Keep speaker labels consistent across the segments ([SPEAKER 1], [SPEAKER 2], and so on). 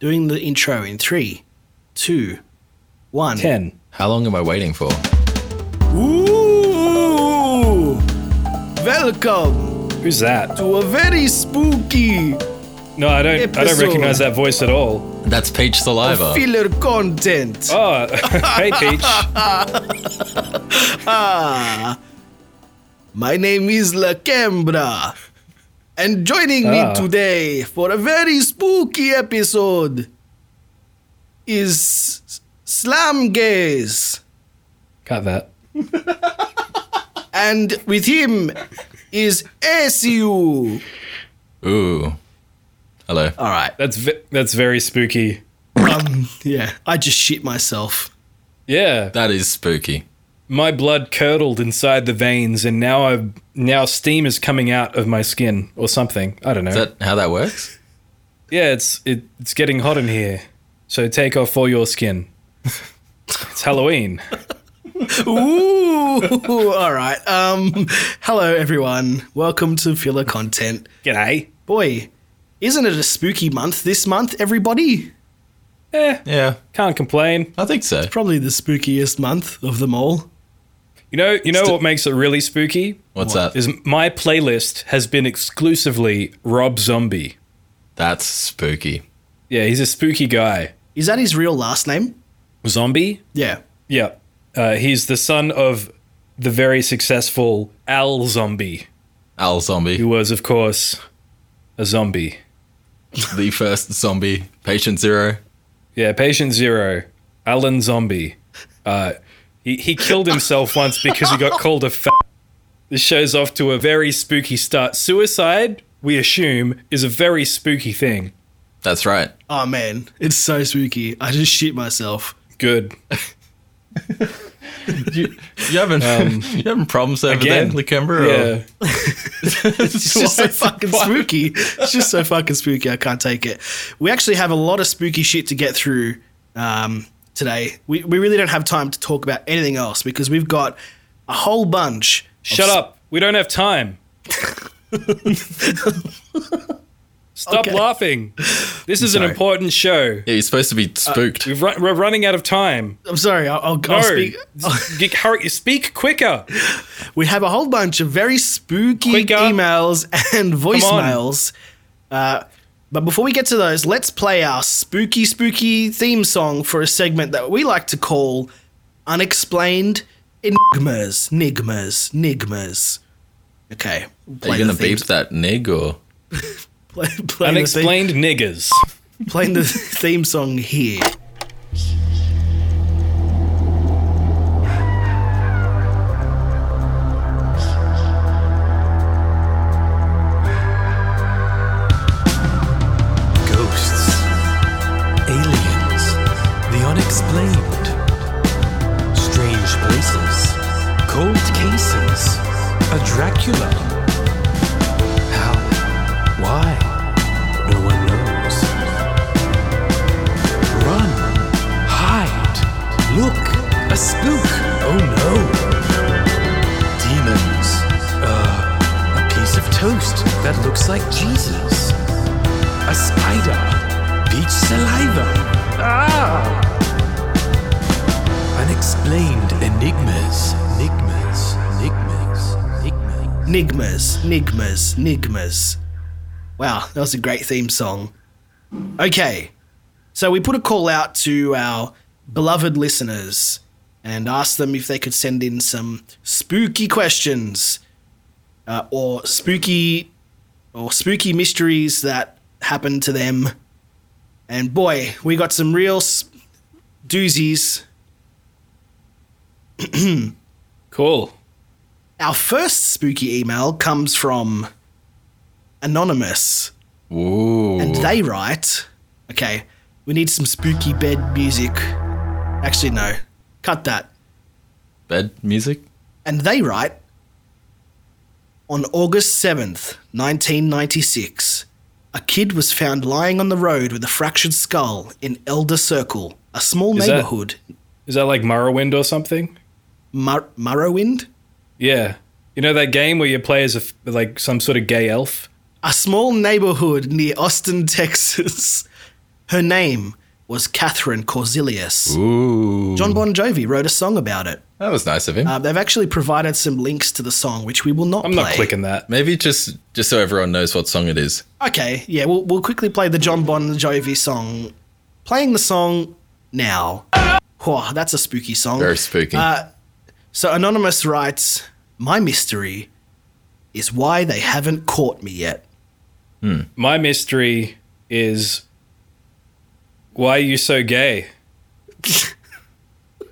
[SPEAKER 1] doing the intro in three, two, one.
[SPEAKER 2] Ten.
[SPEAKER 3] How long am I waiting for?
[SPEAKER 1] Ooh! Welcome
[SPEAKER 2] Who's that?
[SPEAKER 1] to a very spooky
[SPEAKER 2] No, I don't. I don't
[SPEAKER 1] Episode.
[SPEAKER 2] recognize that voice at all.
[SPEAKER 3] That's Peach Saliva.
[SPEAKER 1] filler content.
[SPEAKER 2] Oh, hey Peach.
[SPEAKER 1] My name is La Cambra, and joining
[SPEAKER 2] Ah.
[SPEAKER 1] me today for a very spooky episode is S- Slam Gaze.
[SPEAKER 2] Cut that.
[SPEAKER 1] and with him is ACU.
[SPEAKER 3] Ooh. Hello.
[SPEAKER 1] All right.
[SPEAKER 2] That's ve- that's very spooky.
[SPEAKER 1] Um, yeah, I just shit myself.
[SPEAKER 2] Yeah,
[SPEAKER 3] That is spooky.
[SPEAKER 2] my blood curdled inside the veins, and now I now steam is coming out of my skin or something. I don't know.
[SPEAKER 3] Is that how that works?
[SPEAKER 2] yeah, it's it, it's getting hot in here, so take off all your skin. it's Halloween.
[SPEAKER 1] Ooh. All right. Um, hello, everyone. Welcome to Filler Content.
[SPEAKER 2] G'day.
[SPEAKER 1] Boy, isn't it a spooky month this month, everybody?
[SPEAKER 2] Eh,
[SPEAKER 3] Yeah,
[SPEAKER 2] can't complain.
[SPEAKER 3] I think so.
[SPEAKER 1] Probably the spookiest month of them all.
[SPEAKER 2] You know, you know what makes it really spooky
[SPEAKER 3] What's that?
[SPEAKER 2] is my playlist has been exclusively Rob Zombie.
[SPEAKER 3] That's spooky.
[SPEAKER 2] Yeah, he's a spooky guy.
[SPEAKER 1] Is that his real last name?
[SPEAKER 2] Zombie?
[SPEAKER 1] Yeah.
[SPEAKER 2] Yeah. Uh, he's the son of the very successful Al Zombie,
[SPEAKER 3] Owl zombie,
[SPEAKER 2] who was, of course, a zombie.
[SPEAKER 3] the first zombie, patient zero.
[SPEAKER 2] Yeah, patient zero, Alan Zombie. Uh, he, he killed himself once because he got called a f. This show's off to a very spooky start. Suicide, we assume, is a very spooky thing.
[SPEAKER 3] That's right.
[SPEAKER 1] Oh, man. It's so spooky. I just shit myself.
[SPEAKER 2] Good.
[SPEAKER 3] You, you having you having problems over
[SPEAKER 2] again,
[SPEAKER 3] there, Lacambra?
[SPEAKER 2] Yeah.
[SPEAKER 1] It's just so fucking spooky. It's just so fucking spooky. I can't take it. We actually have a lot of spooky shit to get through um, today. We, we really don't have time to talk about anything else because we've got a whole bunch.
[SPEAKER 2] Shut up. We don't have time. Stop
[SPEAKER 1] Okay.
[SPEAKER 2] laughing. This is an
[SPEAKER 3] sorry.
[SPEAKER 2] important show.
[SPEAKER 3] Yeah, you're supposed to be spooked.
[SPEAKER 2] We've run, we're running out of time.
[SPEAKER 1] I'm sorry. I'll, I'll,
[SPEAKER 2] No,
[SPEAKER 1] I'll speak.
[SPEAKER 2] Get- hurry, speak quicker.
[SPEAKER 1] We have a whole bunch of very spooky
[SPEAKER 2] Quicker.
[SPEAKER 1] emails and
[SPEAKER 2] on.
[SPEAKER 1] voicemails. Uh, but before we get to those, let's play our spooky, spooky theme song for a segment that we like to call Unexplained Enigmas. Nigmas. Nigmas. Okay. we'll
[SPEAKER 3] Are
[SPEAKER 1] Play
[SPEAKER 3] you gonna
[SPEAKER 1] the theme-
[SPEAKER 3] beep that nig or?
[SPEAKER 1] Play, play Unexplained.
[SPEAKER 2] Unexplained niggers.
[SPEAKER 1] The theme, playing the theme song here.
[SPEAKER 4] Ghosts, aliens, the unexplained, strange places, cold cases, a Dracula. How? Why? No one knows. Run, hide, look, a spook. Oh no. Demons. Uh, a piece of toast that looks like Jesus. A spider. Peach saliva. Ah! Unexplained enigmas. Enigmas. Enigmas. Enigmas.
[SPEAKER 1] Nigmas, Nigmas, Nigmas. Wow, that was a great theme song. Okay, so we put a call out to our beloved listeners and asked them if they could send in some spooky questions uh, or spooky or spooky mysteries that happened to them. And boy, we got some real sp- doozies.
[SPEAKER 2] Cool.
[SPEAKER 1] Our first spooky email comes from Anonymous.
[SPEAKER 3] Ooh.
[SPEAKER 1] And they write, okay, we need some spooky bed music. Actually, no, cut that.
[SPEAKER 3] Bed music.
[SPEAKER 1] And they write, on August 7th, 1996, a kid was found lying on the road with a fractured skull in Elder Circle, a small
[SPEAKER 2] Is that-
[SPEAKER 1] neighborhood.
[SPEAKER 2] Is that like Morrowind or something?
[SPEAKER 1] Mar- Morrowind?
[SPEAKER 2] Yeah. You know that game where you play as a f- like some sort of gay elf?
[SPEAKER 1] A small neighborhood near Austin, Texas. Her name was Catherine Corsilius.
[SPEAKER 3] Ooh.
[SPEAKER 1] John Bon Jovi wrote a song about it.
[SPEAKER 3] That was nice of him.
[SPEAKER 1] Uh, they've actually provided some links to the song, which we will not
[SPEAKER 2] I'm
[SPEAKER 1] play.
[SPEAKER 2] not clicking that.
[SPEAKER 3] Maybe just just so everyone knows what song it is.
[SPEAKER 1] Okay, yeah, we'll, we'll quickly play the John Bon Jovi song. Playing the song now. Whoa, that's a spooky song.
[SPEAKER 3] Very spooky.
[SPEAKER 1] Uh, so Anonymous writes, My mystery is why they haven't caught me yet.
[SPEAKER 2] My mystery is why are you so gay?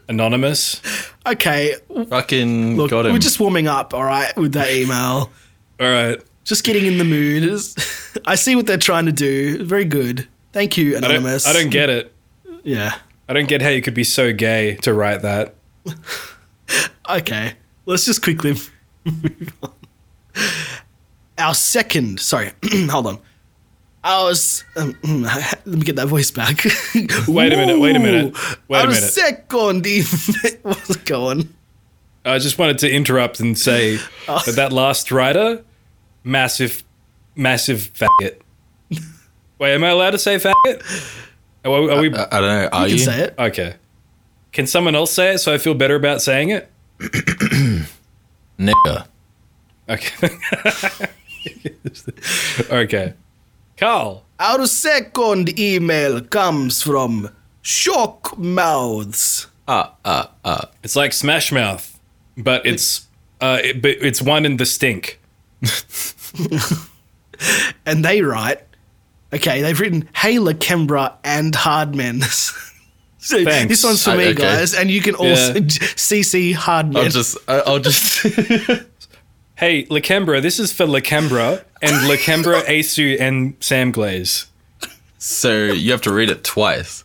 [SPEAKER 2] Anonymous.
[SPEAKER 1] Okay,
[SPEAKER 3] Fucking
[SPEAKER 1] look,
[SPEAKER 3] got him.
[SPEAKER 1] we're just warming up, all right, with that email.
[SPEAKER 2] All right.
[SPEAKER 1] just getting in the mood. It's- I see what they're trying to do. Very good. Thank you,
[SPEAKER 2] I don't,
[SPEAKER 1] Anonymous.
[SPEAKER 2] I don't get it.
[SPEAKER 1] Yeah.
[SPEAKER 2] I don't get how you could be so gay to write that.
[SPEAKER 1] Okay. Let's just quickly move on. Our second, sorry, hold on. I was, um, let me get that voice back.
[SPEAKER 2] Wait a minute, wait a minute, wait a
[SPEAKER 1] Our
[SPEAKER 2] minute.
[SPEAKER 1] second, email- what's going?
[SPEAKER 2] I just wanted to interrupt and say that that last writer, massive, massive faggot. Wait, am I allowed to say faggot? Are, we- are we?
[SPEAKER 3] I, I don't know. Are
[SPEAKER 1] You
[SPEAKER 3] you?
[SPEAKER 1] can say it.
[SPEAKER 2] Okay. Can someone else say it so I feel better about saying it?
[SPEAKER 3] Nigga.
[SPEAKER 2] Okay. okay. Carl.
[SPEAKER 1] Our second email comes from Shock Mouths.
[SPEAKER 2] It's like Smash Mouth, but it's uh, it, but it's one in the stink.
[SPEAKER 1] and they write, okay, they've written Hailer, Kembra, and Hardman. so
[SPEAKER 2] Thanks. Oh,
[SPEAKER 1] this one's for
[SPEAKER 3] I-
[SPEAKER 1] me,
[SPEAKER 3] okay.
[SPEAKER 1] guys, and you can also
[SPEAKER 2] Yeah.
[SPEAKER 1] CC
[SPEAKER 3] I'll
[SPEAKER 1] Hardman.
[SPEAKER 3] just. I- I'll just.
[SPEAKER 2] Hey, Lacambra, this is for Lacambra and Lacambra, Asu, and Sam Glaze.
[SPEAKER 3] so you have to read it twice.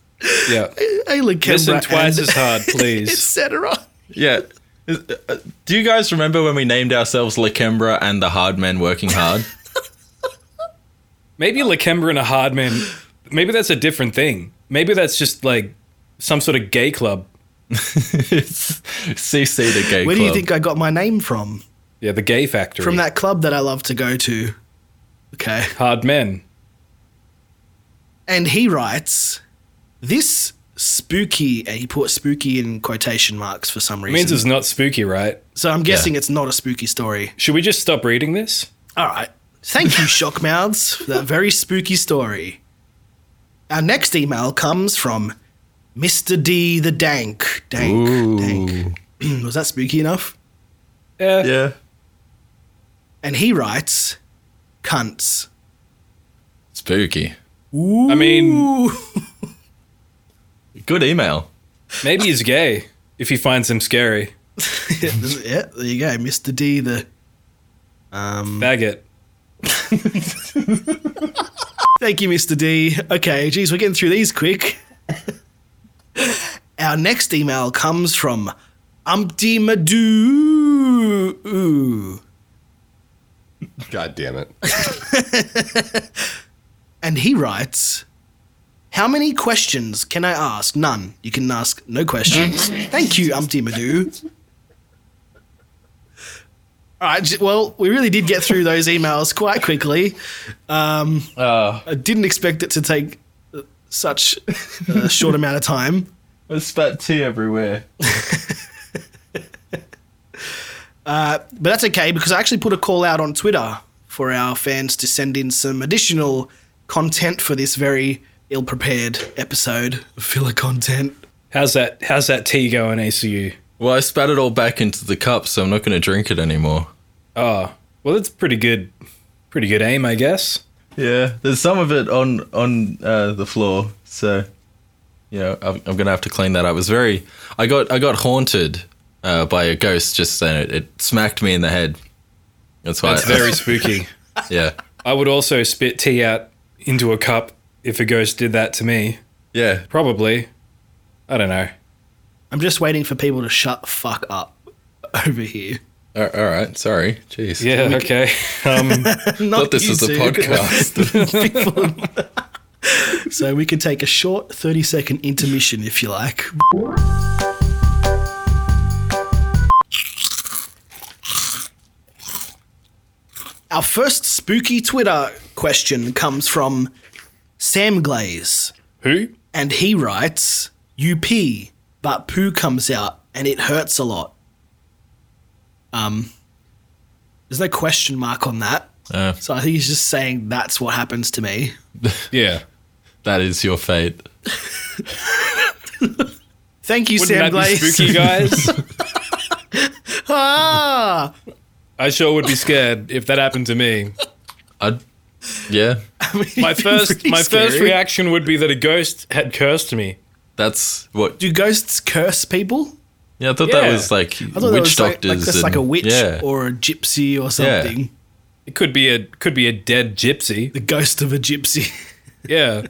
[SPEAKER 2] Yeah.
[SPEAKER 1] Hailer, Kembra,
[SPEAKER 2] Listen twice
[SPEAKER 1] and
[SPEAKER 2] as hard, please.
[SPEAKER 1] etc.
[SPEAKER 3] Yeah. Is- uh, Do you guys remember when we named ourselves Lakembra and the Hard Men Working Hard?
[SPEAKER 2] Maybe Lacambra and a Hardman. Maybe that's a different thing. Maybe that's just like some sort of gay club.
[SPEAKER 3] It's CC the gay
[SPEAKER 1] Where do you
[SPEAKER 3] club.
[SPEAKER 1] think I got my name from?
[SPEAKER 2] Yeah, the gay factory.
[SPEAKER 1] From that club that I love to go to. Okay.
[SPEAKER 2] hard men.
[SPEAKER 1] And he writes, this spooky, and he put spooky in quotation marks for some
[SPEAKER 2] It means
[SPEAKER 1] reason.
[SPEAKER 2] it's not spooky, right?
[SPEAKER 1] so I'm guessing it's not a spooky story.
[SPEAKER 2] Should we just stop reading this?
[SPEAKER 1] All right. Thank you, Shockmouths, for that very spooky story. Our next email comes from Mr. D the Dank. Dank. Dank. Was that spooky enough?
[SPEAKER 2] Yeah.
[SPEAKER 3] Yeah.
[SPEAKER 1] And he writes, cunts.
[SPEAKER 3] Spooky.
[SPEAKER 2] I mean,
[SPEAKER 1] Ooh.
[SPEAKER 3] Good email.
[SPEAKER 2] maybe he's gay if he finds him scary.
[SPEAKER 1] yeah, there you go. Mr. D the. Um,
[SPEAKER 2] Faggot.
[SPEAKER 1] thank you, Mr. D. Okay, geez, we're getting through these quick. Our next email comes from Umpty Madoo. Ooh.
[SPEAKER 5] God damn it.
[SPEAKER 1] And he writes, How many questions can I ask? None. You can ask no questions. Thank you, Umpty Madoo. All right, j- well, we really did get through those emails quite quickly. Um, I didn't expect it to take uh, such a short amount of time.
[SPEAKER 3] There's spat tea everywhere.
[SPEAKER 1] But that's okay because I actually put a call out on Twitter for our fans to send in some additional content for this very ill prepared episode of filler content.
[SPEAKER 2] How's that? How's that tea going, ACU?
[SPEAKER 3] Well, I spat it all back into the cup, so I'm not going to drink it anymore.
[SPEAKER 2] Oh, well, that's pretty good. Pretty good aim, I guess.
[SPEAKER 3] Yeah, there's some of it on on uh, the floor, so you know I'm, I'm gonna have to clean that up. It was very I got I got haunted uh, by a ghost just then. It, it smacked me in the head. That's why.
[SPEAKER 2] That's very spooky.
[SPEAKER 3] yeah
[SPEAKER 2] I would also spit tea out into a cup if a ghost did that to me.
[SPEAKER 3] yeah.
[SPEAKER 2] Probably. I don't know.
[SPEAKER 1] I'm just waiting for people to shut the fuck up over here.
[SPEAKER 3] All all right, sorry. Jeez.
[SPEAKER 2] Yeah. Okay. Um,
[SPEAKER 1] Not
[SPEAKER 3] Thought this
[SPEAKER 1] you
[SPEAKER 3] was a
[SPEAKER 1] two.
[SPEAKER 3] podcast.
[SPEAKER 1] So we could take a short 30 second intermission if you like. Our first spooky Twitter question comes from Sam Glaze,
[SPEAKER 2] Who?
[SPEAKER 1] And he writes, You pee, but poo comes out and it hurts a lot. Um, there's no question mark on that.
[SPEAKER 3] Uh,
[SPEAKER 1] So I think he's just saying that's what happens to me.
[SPEAKER 2] Yeah.
[SPEAKER 3] that is your fate.
[SPEAKER 1] Thank you,
[SPEAKER 2] Wouldn't
[SPEAKER 1] Sam
[SPEAKER 2] that be
[SPEAKER 1] Glaze.
[SPEAKER 2] spooky, guys?
[SPEAKER 1] ah!
[SPEAKER 2] I sure would be scared if that happened to me.
[SPEAKER 3] I'd, yeah,
[SPEAKER 2] My first,
[SPEAKER 1] pretty
[SPEAKER 2] my first
[SPEAKER 1] scary.
[SPEAKER 2] reaction would be that a ghost had cursed me.
[SPEAKER 3] that's what.
[SPEAKER 1] Do ghosts curse people?
[SPEAKER 3] Yeah, I thought
[SPEAKER 2] Yeah.
[SPEAKER 3] that was like
[SPEAKER 1] I thought
[SPEAKER 3] witch
[SPEAKER 1] that was like,
[SPEAKER 3] doctors.
[SPEAKER 1] like, that's
[SPEAKER 3] and-
[SPEAKER 1] like a witch
[SPEAKER 3] Yeah,
[SPEAKER 1] or a gypsy or something.
[SPEAKER 2] It could be a could be a dead gypsy.
[SPEAKER 1] The ghost of a gypsy.
[SPEAKER 2] Yeah.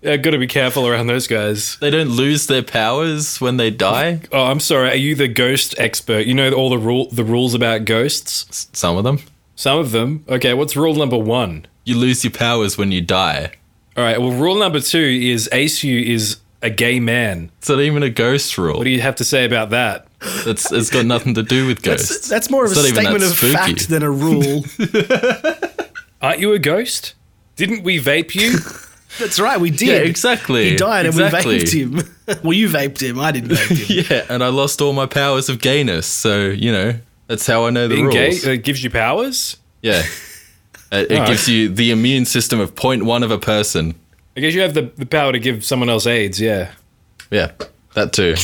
[SPEAKER 2] Yeah, gotta be careful around those guys.
[SPEAKER 3] they don't lose their powers when they die.
[SPEAKER 2] Oh, I'm sorry. Are you the ghost expert? You know all the rule the rules about ghosts.
[SPEAKER 3] S- Some of them,
[SPEAKER 2] Some of them. Okay, what's rule number one?
[SPEAKER 3] you lose your powers when you die.
[SPEAKER 2] All right. Well, rule number two is Asu is a gay man.
[SPEAKER 3] It's not even a ghost rule.
[SPEAKER 2] What do you have to say about that?
[SPEAKER 3] It's it's got nothing to do with ghosts.
[SPEAKER 1] That's, that's more of
[SPEAKER 3] It's
[SPEAKER 1] a
[SPEAKER 3] not even that
[SPEAKER 1] statement of
[SPEAKER 3] spooky.
[SPEAKER 1] fact than a rule.
[SPEAKER 2] Aren't you a ghost? Didn't we vape you?
[SPEAKER 1] that's right, we did.
[SPEAKER 3] yeah, exactly.
[SPEAKER 1] He died
[SPEAKER 3] exactly.
[SPEAKER 1] and we vaped him. well, you vaped him. I didn't vape him.
[SPEAKER 3] Yeah, and I lost all my powers of gayness. So you know that's how I know the
[SPEAKER 2] Being gay
[SPEAKER 3] rules.
[SPEAKER 2] uh, gives you powers.
[SPEAKER 3] yeah, it, it
[SPEAKER 2] Alright.
[SPEAKER 3] gives you the immune system of 0.1 of a person.
[SPEAKER 2] I guess you have the, the power to give someone else AIDS. Yeah,
[SPEAKER 3] Yeah, that too.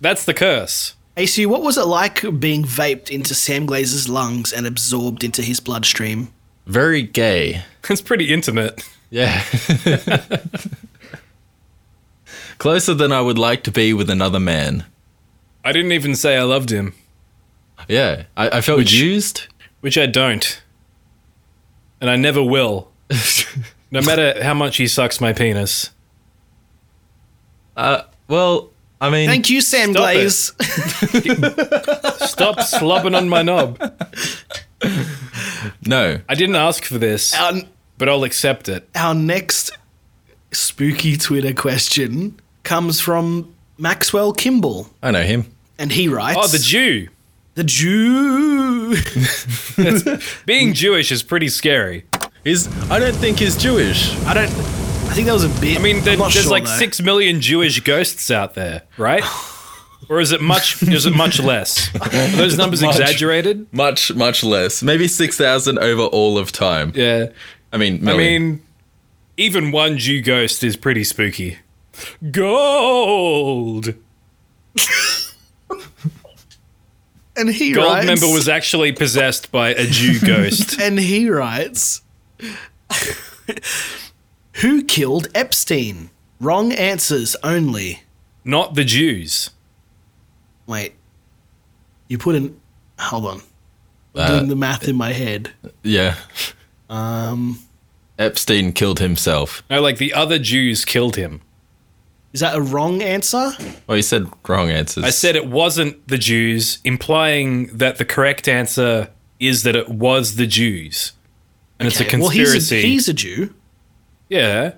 [SPEAKER 2] that's the curse.
[SPEAKER 1] AC, what was it like being vaped into Sam Glazer's lungs and absorbed into his bloodstream?
[SPEAKER 3] Very gay.
[SPEAKER 2] It's pretty intimate.
[SPEAKER 3] Yeah. Closer than I would like to be with another man.
[SPEAKER 2] I didn't even say I loved him,
[SPEAKER 3] Yeah, I, I felt used.
[SPEAKER 2] which I don't, and I never will. No matter how much he sucks my penis.
[SPEAKER 3] Well, I mean,
[SPEAKER 1] Thank you, Sam
[SPEAKER 2] Stop it.
[SPEAKER 1] Glaze.
[SPEAKER 2] Stop slobbing on my knob.
[SPEAKER 3] no.
[SPEAKER 2] I didn't ask for this,
[SPEAKER 1] our,
[SPEAKER 2] but I'll accept it.
[SPEAKER 1] our next spooky Twitter question comes from Maxwell Kimball,
[SPEAKER 3] I know him.
[SPEAKER 1] and he writes
[SPEAKER 2] Oh, the Jew.
[SPEAKER 1] The Jew.
[SPEAKER 2] Being Jewish is pretty scary.
[SPEAKER 3] He's. I don't think he's Jewish.
[SPEAKER 1] I don't. I think that was a bit.
[SPEAKER 2] I mean, there,
[SPEAKER 1] I'm not
[SPEAKER 2] there's
[SPEAKER 1] sure,
[SPEAKER 2] like
[SPEAKER 1] though.
[SPEAKER 2] six million Jewish ghosts out there, right? Or is it much? Is it much less? Are those numbers exaggerated?
[SPEAKER 3] Much, much less. Maybe six thousand over all of time.
[SPEAKER 2] Yeah.
[SPEAKER 3] I mean,
[SPEAKER 2] I
[SPEAKER 3] million.
[SPEAKER 2] mean, even one Jew ghost is pretty spooky. Gold.
[SPEAKER 1] And he
[SPEAKER 2] Gold
[SPEAKER 1] writes.
[SPEAKER 2] member was actually possessed by a Jew ghost.
[SPEAKER 1] And he writes, Who killed Epstein? Wrong answers only.
[SPEAKER 2] Not the Jews.
[SPEAKER 1] Wait. You put in. Hold on. I'm
[SPEAKER 3] Uh,
[SPEAKER 1] doing the math in my head.
[SPEAKER 3] yeah.
[SPEAKER 1] Um,
[SPEAKER 3] Epstein killed himself.
[SPEAKER 2] No, like the other Jews killed him.
[SPEAKER 1] is that a wrong answer?
[SPEAKER 3] Well, you said wrong answers.
[SPEAKER 2] I said it wasn't the Jews, implying that the correct answer is that it was the Jews. And it's a
[SPEAKER 1] Okay, Well, he's a,
[SPEAKER 2] conspiracy.
[SPEAKER 1] he's a Jew.
[SPEAKER 2] yeah.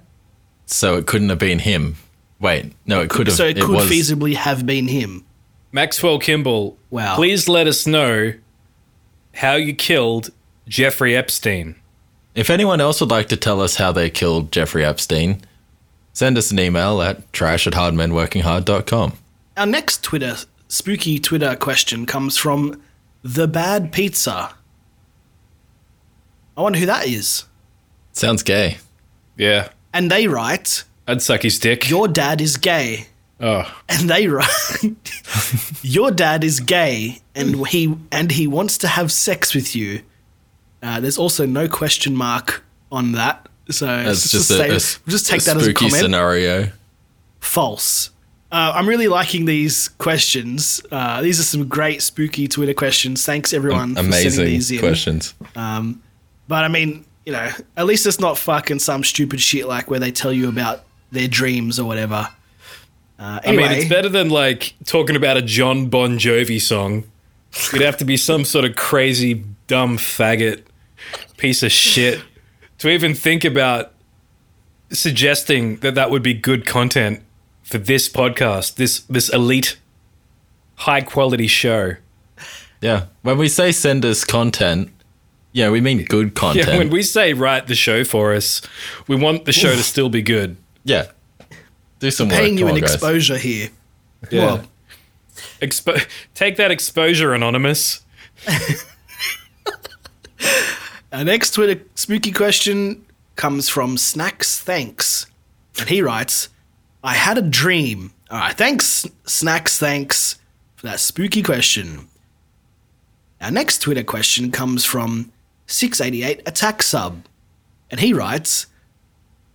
[SPEAKER 3] so. It couldn't have been him. Wait, no, it could have.
[SPEAKER 1] So it could
[SPEAKER 3] was,
[SPEAKER 1] feasibly have been him.
[SPEAKER 2] Maxwell Kimball,
[SPEAKER 1] Wow.
[SPEAKER 2] please let us know how you killed Jeffrey Epstein.
[SPEAKER 3] If anyone else would like to tell us how they killed Jeffrey Epstein, send us an email at trash at hardmenworkinghard.com.
[SPEAKER 1] Our next Twitter, spooky Twitter question comes from The Bad Pizza. I wonder who that is.
[SPEAKER 3] Sounds gay.
[SPEAKER 2] Yeah.
[SPEAKER 1] And they write,
[SPEAKER 2] I'd suck his dick.
[SPEAKER 1] Your dad is gay.
[SPEAKER 2] oh.
[SPEAKER 1] and they write, "Your dad is gay, and he and he wants to have sex with you." Uh, there's also no question mark on that, so
[SPEAKER 3] That's
[SPEAKER 1] it's
[SPEAKER 3] just,
[SPEAKER 1] the
[SPEAKER 3] a,
[SPEAKER 1] same-
[SPEAKER 3] a
[SPEAKER 1] we'll
[SPEAKER 3] s-
[SPEAKER 1] just take
[SPEAKER 3] a
[SPEAKER 1] that as a
[SPEAKER 3] spooky
[SPEAKER 1] comment.
[SPEAKER 3] scenario.
[SPEAKER 1] False. Uh, I'm really liking these questions. Uh, these are some great spooky Twitter questions. Thanks everyone for sending these
[SPEAKER 3] Amazing
[SPEAKER 1] in.
[SPEAKER 3] questions.
[SPEAKER 1] But I mean, you know, at least it's not fucking some stupid shit like where they tell you about their dreams or whatever. Uh,
[SPEAKER 2] I
[SPEAKER 1] anyway,
[SPEAKER 2] mean, it's better than like talking about a John Bon Jovi song. You'd have to be some sort of crazy, dumb faggot, piece of shit to even think about suggesting that that would be good content for this podcast, this this elite, high quality show.
[SPEAKER 3] Yeah. When we say send us content, yeah, we mean good
[SPEAKER 2] Yeah,
[SPEAKER 3] content.
[SPEAKER 2] when we say write the show for us, we want the show to still be good.
[SPEAKER 3] yeah. Do some work.
[SPEAKER 1] Paying you
[SPEAKER 3] Come
[SPEAKER 1] an
[SPEAKER 3] on, guys.
[SPEAKER 1] exposure here.
[SPEAKER 3] Yeah.
[SPEAKER 1] Well,
[SPEAKER 2] Expo- take that exposure, Anonymous.
[SPEAKER 1] Our next Twitter spooky question comes from Snacks Thanks. And he writes, I had a dream. All right, thanks, Snacks Thanks, for that spooky question. Our next Twitter question comes from 688 Attack Sub. And he writes,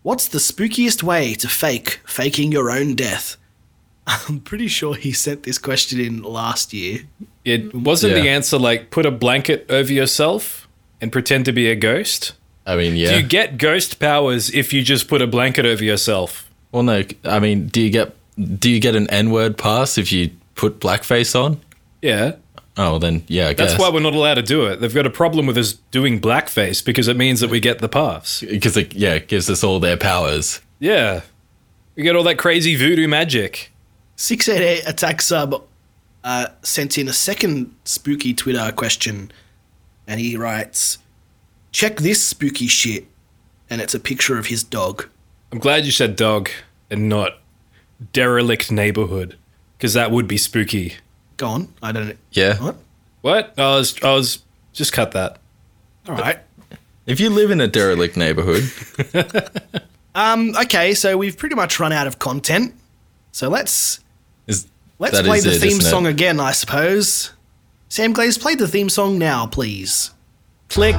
[SPEAKER 1] What's the spookiest way to fake faking your own death? I'm pretty sure he sent this question in last year.
[SPEAKER 2] It wasn't the
[SPEAKER 3] Yeah.
[SPEAKER 2] answer like put a blanket over yourself and pretend to be a ghost.
[SPEAKER 3] I mean, yeah.
[SPEAKER 2] Do you get ghost powers if you just put a blanket over yourself?
[SPEAKER 3] well, no. I mean, do you get do you get an N word pass if you put blackface on?
[SPEAKER 2] Yeah.
[SPEAKER 3] Oh, well, then yeah. I
[SPEAKER 2] That's
[SPEAKER 3] guess.
[SPEAKER 2] why we're not allowed to do it. They've got a problem with us doing blackface because it means that we get the pass.
[SPEAKER 3] because it yeah it gives us all their powers.
[SPEAKER 2] Yeah. We get all that crazy voodoo magic.
[SPEAKER 1] 688 attack sub uh, sent in a second spooky twitter question and he writes check this spooky shit and it's a picture of his dog
[SPEAKER 2] I'm glad you said dog and not derelict neighborhood because that would be spooky.
[SPEAKER 1] go on i don't
[SPEAKER 3] Yeah.
[SPEAKER 1] what
[SPEAKER 2] What? I was, I was, just cut that.
[SPEAKER 1] all right
[SPEAKER 3] If you live in a derelict neighborhood,
[SPEAKER 1] um, okay so we've pretty much run out of content so let's
[SPEAKER 3] is,
[SPEAKER 1] let's
[SPEAKER 3] that
[SPEAKER 1] play
[SPEAKER 3] is
[SPEAKER 1] the
[SPEAKER 3] it,
[SPEAKER 1] theme
[SPEAKER 3] isn't it?
[SPEAKER 1] song again i suppose sam glaze play the theme song now please click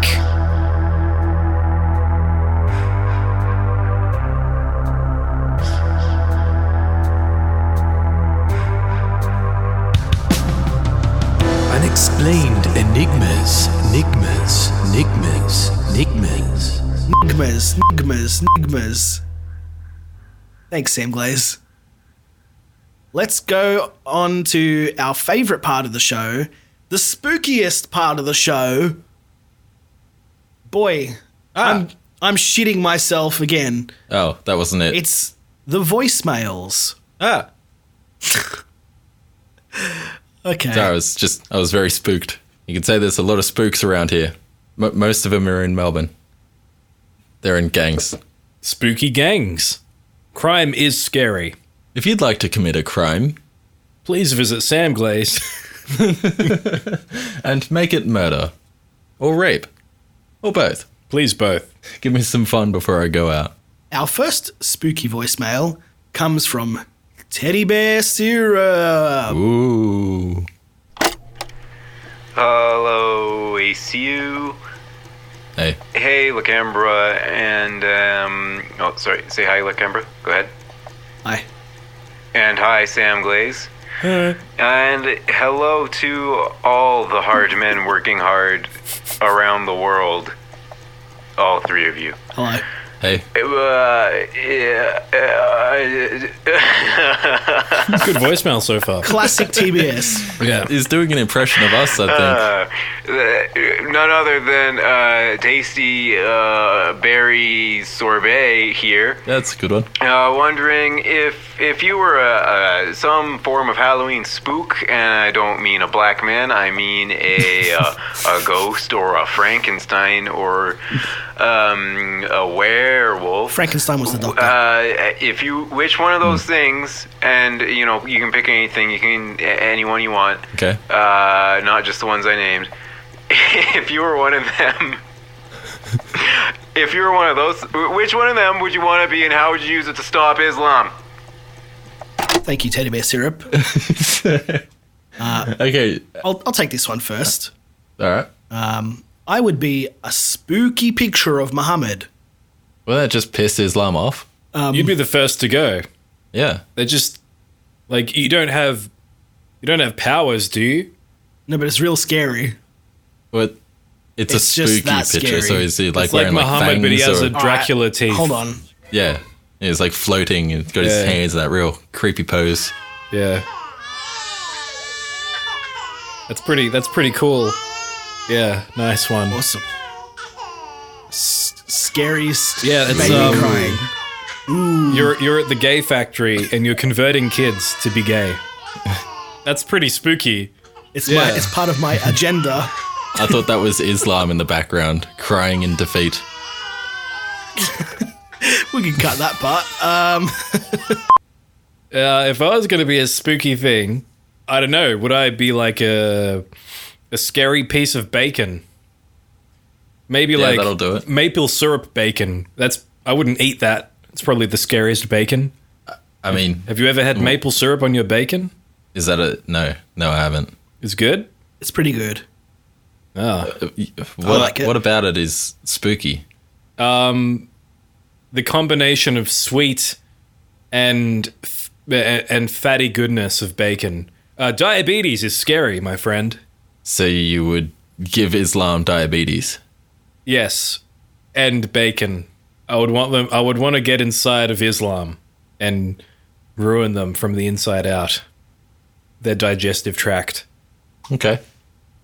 [SPEAKER 4] Unexplained enigmas, enigmas, enigmas, enigmas.
[SPEAKER 1] nigmas nigmas nigmas thanks sam glaze let's go on to our favorite part of the show the spookiest part of the show boy i'm i'm shitting myself again
[SPEAKER 3] Oh, that wasn't it.
[SPEAKER 1] it's the voicemails
[SPEAKER 2] Ah.
[SPEAKER 1] okay
[SPEAKER 3] Sorry, I was just I was very spooked. You could say there's a lot of spooks around here. M- most of them are in Melbourne. They're in gangs.
[SPEAKER 2] Spooky gangs. Crime is scary.
[SPEAKER 3] If you'd like to commit a crime
[SPEAKER 2] Please visit Sam Glaze.
[SPEAKER 3] and make it murder or rape or both,
[SPEAKER 2] Please both.
[SPEAKER 3] give me some fun before I go out.
[SPEAKER 1] Our first spooky voicemail comes from Teddy Bear Syrup.
[SPEAKER 3] Ooh.
[SPEAKER 6] Hello, ACU.
[SPEAKER 3] Hey,
[SPEAKER 6] Hey, Lacambra, and um, oh, sorry. Say hi, Lacambra. Go ahead.
[SPEAKER 1] Hi.
[SPEAKER 6] And hi, Sam Glaze. and hello to all the hard men working hard around the world. All three of you.
[SPEAKER 1] Hello.
[SPEAKER 3] hey.
[SPEAKER 6] Uh, yeah, uh,
[SPEAKER 2] Good voicemail so far.
[SPEAKER 1] Classic TBS.
[SPEAKER 2] Yeah.
[SPEAKER 3] He's doing an impression of us, I think.
[SPEAKER 6] Uh, none other than uh, tasty uh, berry sorbet here.
[SPEAKER 3] That's a good one.
[SPEAKER 6] Uh, wondering if if you were a, a, some form of Halloween spook, and I don't mean a black man, I mean a uh, a ghost or a Frankenstein or um, a werewolf.
[SPEAKER 1] Frankenstein was the doctor.
[SPEAKER 6] Uh, if you which one of those things, and you know you can pick anything, you can anyone you want
[SPEAKER 3] Okay.
[SPEAKER 6] uh, not just the ones I named. if you were one of them, if you were one of those, which one of them would you want to be, and how would you use it to stop Islam?
[SPEAKER 1] Thank you, Teddy Bear Syrup.
[SPEAKER 3] Okay.
[SPEAKER 1] I'll, I'll take this one first. Um,
[SPEAKER 3] All right.
[SPEAKER 1] I would be a spooky picture of Muhammad.
[SPEAKER 3] Well, that just pissed Islam off.
[SPEAKER 1] Um,
[SPEAKER 2] You'd be the first to go.
[SPEAKER 3] Yeah.
[SPEAKER 2] They're just like you don't have you don't have powers, do you?
[SPEAKER 1] No, but it's real scary.
[SPEAKER 3] But it's, a
[SPEAKER 1] It's just
[SPEAKER 3] spooky
[SPEAKER 1] that
[SPEAKER 3] picture.
[SPEAKER 1] scary.
[SPEAKER 3] So is he like
[SPEAKER 2] It's like
[SPEAKER 3] wearing like,
[SPEAKER 2] Muhammad, but he
[SPEAKER 3] fangs
[SPEAKER 2] has
[SPEAKER 3] or,
[SPEAKER 2] a Dracula teeth.
[SPEAKER 1] Hold on.
[SPEAKER 3] yeah? He's like floating. and He's got
[SPEAKER 2] Yeah.
[SPEAKER 3] his hands in that real creepy pose.
[SPEAKER 2] Yeah. That's pretty that's pretty cool. Yeah, nice one.
[SPEAKER 1] Awesome. S- scary. s-
[SPEAKER 2] Yeah, it's
[SPEAKER 1] baby
[SPEAKER 2] um,
[SPEAKER 1] crying.
[SPEAKER 2] you're you're at the gay factory and you're converting kids to be gay. That's pretty spooky.
[SPEAKER 1] It's my.
[SPEAKER 2] yeah.
[SPEAKER 1] It's part of my agenda.
[SPEAKER 3] I thought that was Islam in the background, crying in defeat.
[SPEAKER 1] We can cut that part. Um,
[SPEAKER 2] Uh, if I was going to be a spooky thing, I don't know. Would I be like a a scary piece of bacon? Maybe like
[SPEAKER 3] that'll do it.
[SPEAKER 2] maple syrup bacon. That's I wouldn't eat that. It's probably the scariest bacon.
[SPEAKER 3] I mean,
[SPEAKER 2] Have you ever
[SPEAKER 3] Mm.
[SPEAKER 2] had maple syrup on your bacon?
[SPEAKER 3] is that a no? No, I haven't.
[SPEAKER 2] It's good.
[SPEAKER 1] It's pretty good.
[SPEAKER 3] What,
[SPEAKER 1] like it.
[SPEAKER 3] what about it is spooky?
[SPEAKER 2] The combination of sweet and f- and fatty goodness of bacon. Uh, diabetes is scary, my friend.
[SPEAKER 3] So you would give Islam diabetes?
[SPEAKER 2] Yes, and bacon. I would want them. I would want to get inside of Islam and ruin them from the inside out. Their digestive tract.
[SPEAKER 3] Okay.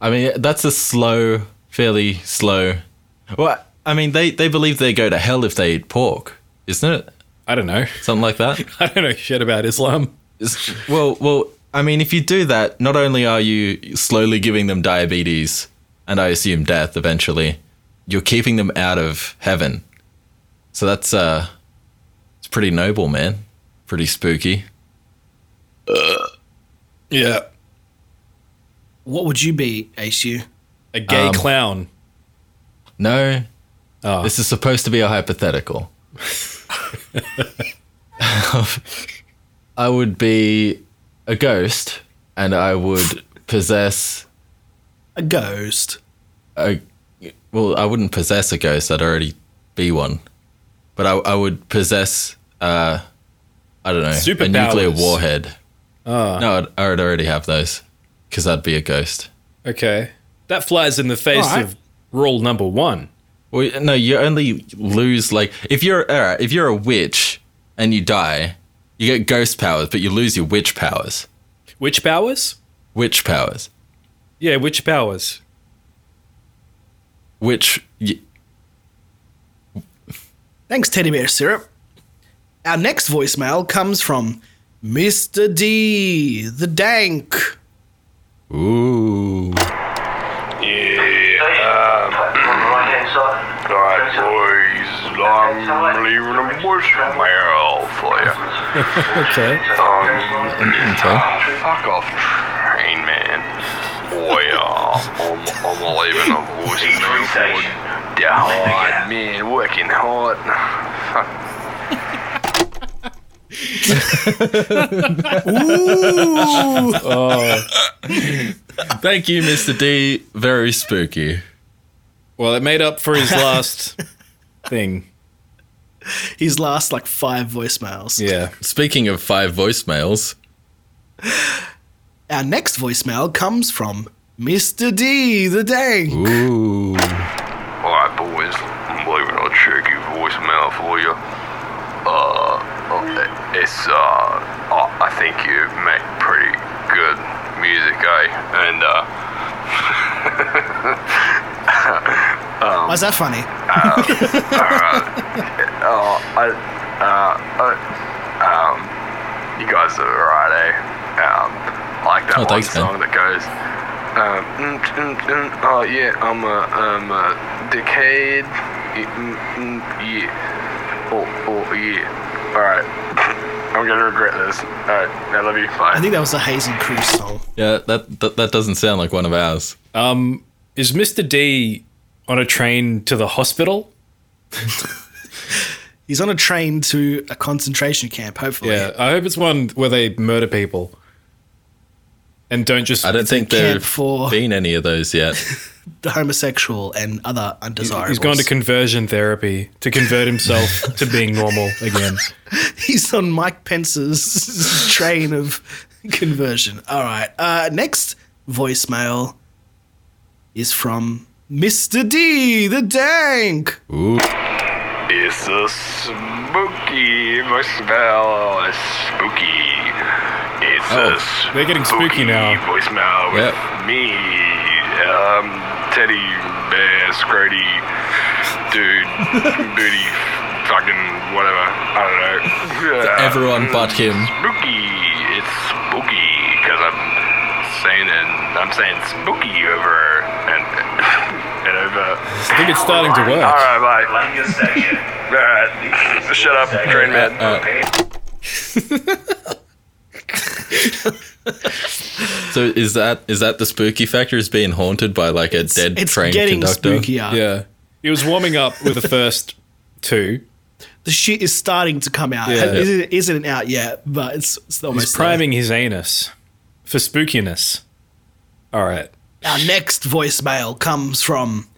[SPEAKER 3] I mean, that's a slow, fairly slow. Well, I mean, they they believe they go to hell if they eat pork, isn't it?
[SPEAKER 2] I don't know.
[SPEAKER 3] Something like that.
[SPEAKER 2] I don't know shit about Islam.
[SPEAKER 3] It's- well, well, I mean, if you do that, not only are you slowly giving them diabetes and I assume death eventually, you're keeping them out of heaven. So that's uh, it's pretty noble, man. Pretty spooky.
[SPEAKER 2] Yeah,
[SPEAKER 1] What would you be, ACU?
[SPEAKER 2] a gay
[SPEAKER 3] Um,
[SPEAKER 2] clown.
[SPEAKER 3] No,
[SPEAKER 2] Oh.
[SPEAKER 3] this is supposed to be a hypothetical. I would be a ghost, and I would possess
[SPEAKER 1] A ghost.
[SPEAKER 3] a well, I wouldn't possess a ghost. I'd already be one, but I, I would possess uh, I don't know a nuclear
[SPEAKER 2] Superpowers.
[SPEAKER 3] warhead. No, I'd, I would already have those because I'd be a ghost.
[SPEAKER 2] Okay, that flies in the face
[SPEAKER 1] Alright.
[SPEAKER 2] of rule number one.
[SPEAKER 3] Well, no, you only lose like if you're all right, if you're a witch and you die, you get ghost powers, but you lose your witch powers.
[SPEAKER 2] Witch powers?
[SPEAKER 3] Witch powers,
[SPEAKER 2] Yeah, witch powers.
[SPEAKER 3] which y-
[SPEAKER 1] Thanks, Teddy Bear Syrup. Our next voicemail comes from Mr. D, the dank.
[SPEAKER 3] ooh,
[SPEAKER 7] Alright, boys, I'm leaving a voicemail for you.
[SPEAKER 2] Okay.
[SPEAKER 7] Um, fuck off, train man. Well, I'm, I'm leaving a voicemail for you. They're hard, man, working hard. Fuck.
[SPEAKER 3] thank you, Mr. D. Very spooky.
[SPEAKER 2] Well, it made up for his last thing.
[SPEAKER 1] His last like five voicemails.
[SPEAKER 2] Yeah.
[SPEAKER 3] Speaking of five voicemails,
[SPEAKER 1] Our next voicemail comes from Mr. D, the dank.
[SPEAKER 3] ooh,
[SPEAKER 7] Alright, boys, I'm leaving a cheeky voicemail for you. Uh, uh, it's, uh, I I think you make pretty good music, eh? And, uh,
[SPEAKER 1] Why's that funny?
[SPEAKER 7] Oh, I, uh, uh, um, you guys are alright, eh? Um, I like that
[SPEAKER 3] Oh,
[SPEAKER 7] one
[SPEAKER 3] thanks, man.
[SPEAKER 7] song that goes, um, mm, mm, mm, oh yeah, I'm a, um, a decade, mm, mm, mm, yeah, oh, oh, yeah. Alright, I'm gonna regret this. Alright, I love you, bye.
[SPEAKER 1] I think that was a Hazen Cruz song.
[SPEAKER 3] yeah, that, that that doesn't sound like one of ours.
[SPEAKER 2] Is Mr. D on a train to the hospital?
[SPEAKER 1] He's on a train to a concentration camp, hopefully.
[SPEAKER 2] Yeah, I hope it's one where they murder people and don't just.
[SPEAKER 3] I don't think
[SPEAKER 1] camp
[SPEAKER 3] there've
[SPEAKER 1] for-
[SPEAKER 3] been any of those yet.
[SPEAKER 1] The homosexual and other undesirables.
[SPEAKER 2] He's gone to conversion therapy to convert himself to being normal again.
[SPEAKER 1] He's on Mike Pence's train of conversion. All right. Uh, next voicemail is from Mr. D, the dank.
[SPEAKER 7] It's a spooky voicemail. It's spooky. It's
[SPEAKER 3] Oh,
[SPEAKER 7] a spooky
[SPEAKER 2] they're getting spooky now.
[SPEAKER 7] voicemail with
[SPEAKER 3] Yep.
[SPEAKER 7] me, um, Teddy Bear, Scrody, dude, booty, fucking whatever. I don't know. Yeah.
[SPEAKER 3] Everyone but him.
[SPEAKER 7] Spooky. It's spooky because I'm saying it. I'm saying spooky over and and over.
[SPEAKER 2] I think it's starting to work.
[SPEAKER 7] All right, bye. All right, shut up, train man.
[SPEAKER 3] Uh, So is that is that the spooky factor? Is being haunted by like a dead
[SPEAKER 1] It's
[SPEAKER 3] train
[SPEAKER 1] getting
[SPEAKER 3] conductor?
[SPEAKER 1] spookier.
[SPEAKER 2] Yeah. He was warming up with the first two.
[SPEAKER 1] The shit is starting to come out.
[SPEAKER 2] Yeah.
[SPEAKER 1] Is it isn't out yet, but it's, it's almost
[SPEAKER 2] He's priming his anus for spookiness. All right.
[SPEAKER 1] there. Our next voicemail comes from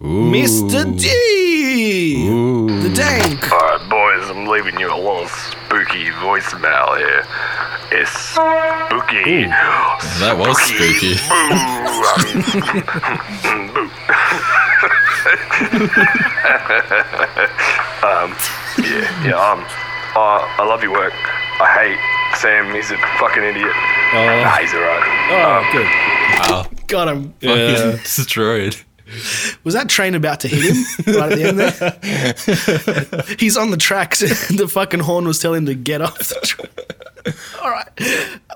[SPEAKER 1] Mr. D, the Dank.
[SPEAKER 7] Alright, boys, I'm leaving you a little spooky voicemail here. It's spooky.
[SPEAKER 3] That was spooky.
[SPEAKER 7] Yeah, yeah, um, uh, I love your work. I hate Sam, he's a fucking idiot. nah, he's alright.
[SPEAKER 2] Oh, good.
[SPEAKER 1] Got him.
[SPEAKER 2] Yeah.
[SPEAKER 3] Destroyed.
[SPEAKER 1] Was that train about to hit him right at the end there? He's on the tracks. and the fucking horn was telling him to get off the train. All right.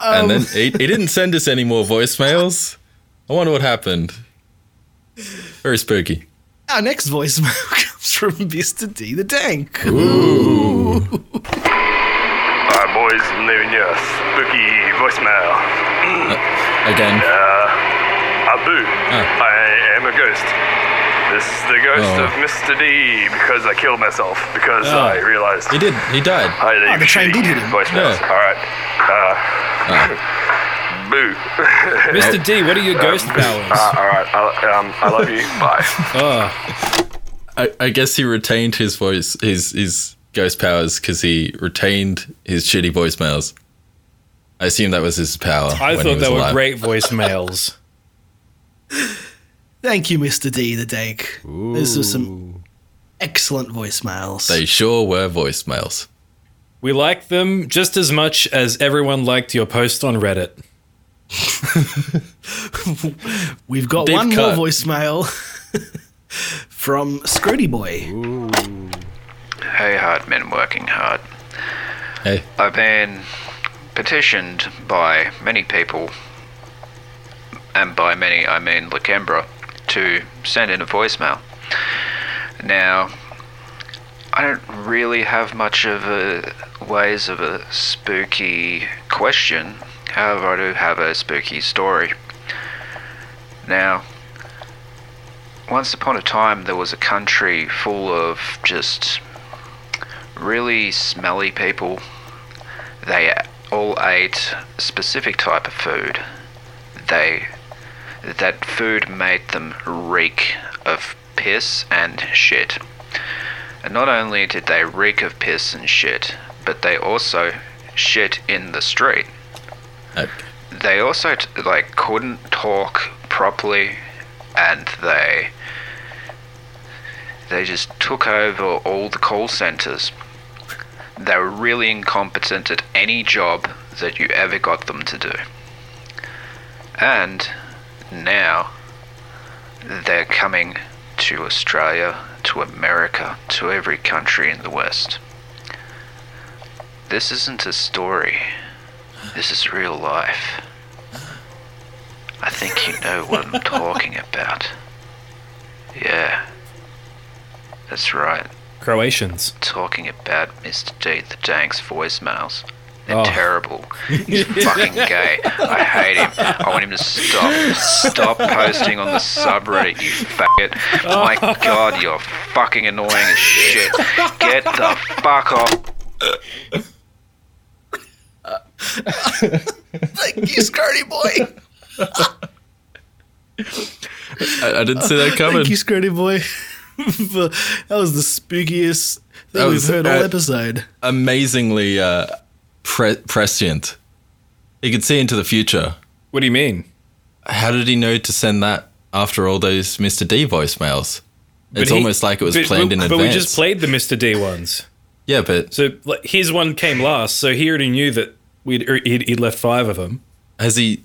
[SPEAKER 3] and
[SPEAKER 1] Um.
[SPEAKER 3] then he, he didn't send us any more voicemails. I wonder what happened. Very spooky.
[SPEAKER 1] Our next voicemail comes from Mr. D, the Dank.
[SPEAKER 7] Alright, boys, I'm leaving you a spooky voicemail.
[SPEAKER 3] Again.
[SPEAKER 7] Abu, I am a ghost. This is the ghost
[SPEAKER 3] Ah. Oh. Ah.
[SPEAKER 7] of Mr. D because I killed myself because I realized
[SPEAKER 3] He did. He died.
[SPEAKER 7] I leave
[SPEAKER 1] Ah, the train did hit him.
[SPEAKER 3] Yeah.
[SPEAKER 7] voicemails.
[SPEAKER 3] Ah.
[SPEAKER 7] All right. Uh, boo.
[SPEAKER 2] Mr. D, what are your ghost powers?
[SPEAKER 7] Uh, all right. I, um, I love you. Bye.
[SPEAKER 3] I, I guess he retained his voice, his his ghost powers, because he retained his shitty voicemails. I assume that was his power.
[SPEAKER 2] I
[SPEAKER 3] when he
[SPEAKER 2] thought
[SPEAKER 3] was
[SPEAKER 2] they were
[SPEAKER 3] alive.
[SPEAKER 2] great voicemails.
[SPEAKER 1] Thank you, Mr. D, the Dank. Those were some excellent voicemails.
[SPEAKER 3] They sure were voicemails.
[SPEAKER 2] We like them just as much as everyone liked your post on Reddit.
[SPEAKER 1] We've got
[SPEAKER 3] Deep
[SPEAKER 1] one
[SPEAKER 3] cut.
[SPEAKER 1] more voicemail from Scrooty Boy.
[SPEAKER 8] Hey, hard men working hard.
[SPEAKER 3] Hey.
[SPEAKER 8] I've been petitioned by many people, and by many I mean Lacambra, to send in a voicemail. Now, I don't really have much of a ways of a spooky question. However, I do have a spooky story. Now, once upon a time, there was a country full of just really smelly people. They all ate a specific type of food. They that food made them reek of piss and shit. And not only did they reek of piss and shit, but they also shit in the street.
[SPEAKER 3] Uh,
[SPEAKER 8] They also t- like couldn't talk properly and they they just took over all the call centers. They were really incompetent at any job that you ever got them to do. And now they're coming to Australia, to America, to every country in the West. This isn't a story. This is real life. I think you know what I'm talking about. Yeah. That's right.
[SPEAKER 2] Croatians.
[SPEAKER 8] Talking about Mr. D the Dank's voicemails. They're
[SPEAKER 2] Oh.
[SPEAKER 8] terrible. He's fucking gay. I hate him. I want him to stop. Stop posting on the subreddit, you faggot. My god, you're fucking annoying as shit. Get the fuck off.
[SPEAKER 1] Thank you, Scrooty Boy.
[SPEAKER 3] I, I didn't see that coming.
[SPEAKER 1] Thank you, Scrooty Boy. for, that was the spookiest that,
[SPEAKER 3] That
[SPEAKER 1] we've
[SPEAKER 3] was,
[SPEAKER 1] heard
[SPEAKER 3] uh,
[SPEAKER 1] all episode.
[SPEAKER 3] Amazingly uh, pre- prescient. He could see into the future.
[SPEAKER 2] What do you mean?
[SPEAKER 3] How did he know to send that after all those Mr. D voicemails?
[SPEAKER 2] But
[SPEAKER 3] It's
[SPEAKER 2] he-
[SPEAKER 3] almost like it was
[SPEAKER 2] but-
[SPEAKER 3] planned
[SPEAKER 2] but,
[SPEAKER 3] in
[SPEAKER 2] But
[SPEAKER 3] advance.
[SPEAKER 2] we just played the Mr. D ones.
[SPEAKER 3] yeah, but
[SPEAKER 2] So like, his one came last, so he already knew that we'd, er, he'd, he'd left five of them.
[SPEAKER 3] has he?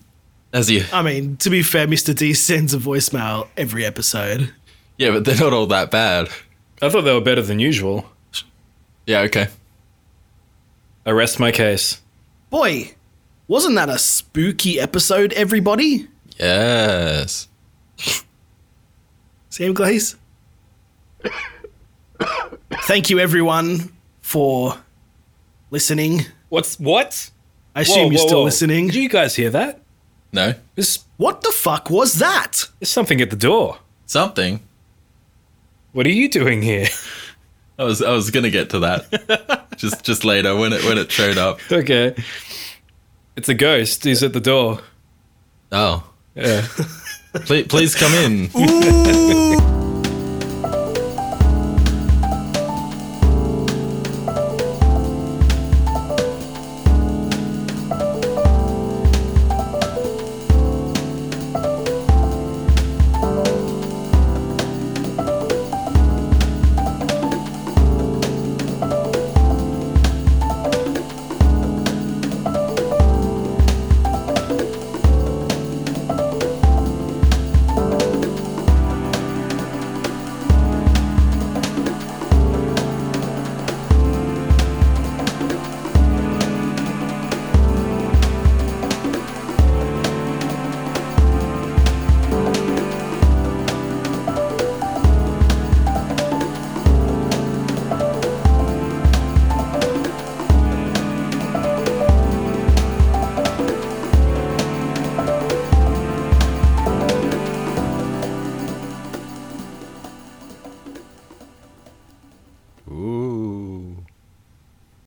[SPEAKER 3] Has he?
[SPEAKER 1] I mean, to be fair, Mr. D sends a voicemail every episode.
[SPEAKER 3] Yeah, but they're not all that bad.
[SPEAKER 2] I thought they were better than usual.
[SPEAKER 3] Yeah, okay.
[SPEAKER 2] I rest my case.
[SPEAKER 1] Boy, wasn't that a spooky episode, everybody?
[SPEAKER 3] Yes.
[SPEAKER 1] Sam Glaze? Thank you, everyone, for listening.
[SPEAKER 2] What's what?
[SPEAKER 1] I assume you're still listening.
[SPEAKER 2] Did you guys hear that?
[SPEAKER 3] No.
[SPEAKER 2] There's,
[SPEAKER 1] What the fuck was that?
[SPEAKER 2] there's something at the door.
[SPEAKER 3] Something.
[SPEAKER 2] What are you doing here?
[SPEAKER 3] I was I was gonna get to that. just just later when it when it showed up.
[SPEAKER 2] okay. It's a ghost. He's at the door.
[SPEAKER 3] Oh.
[SPEAKER 2] Yeah.
[SPEAKER 3] Please, please come in.
[SPEAKER 1] Ooh.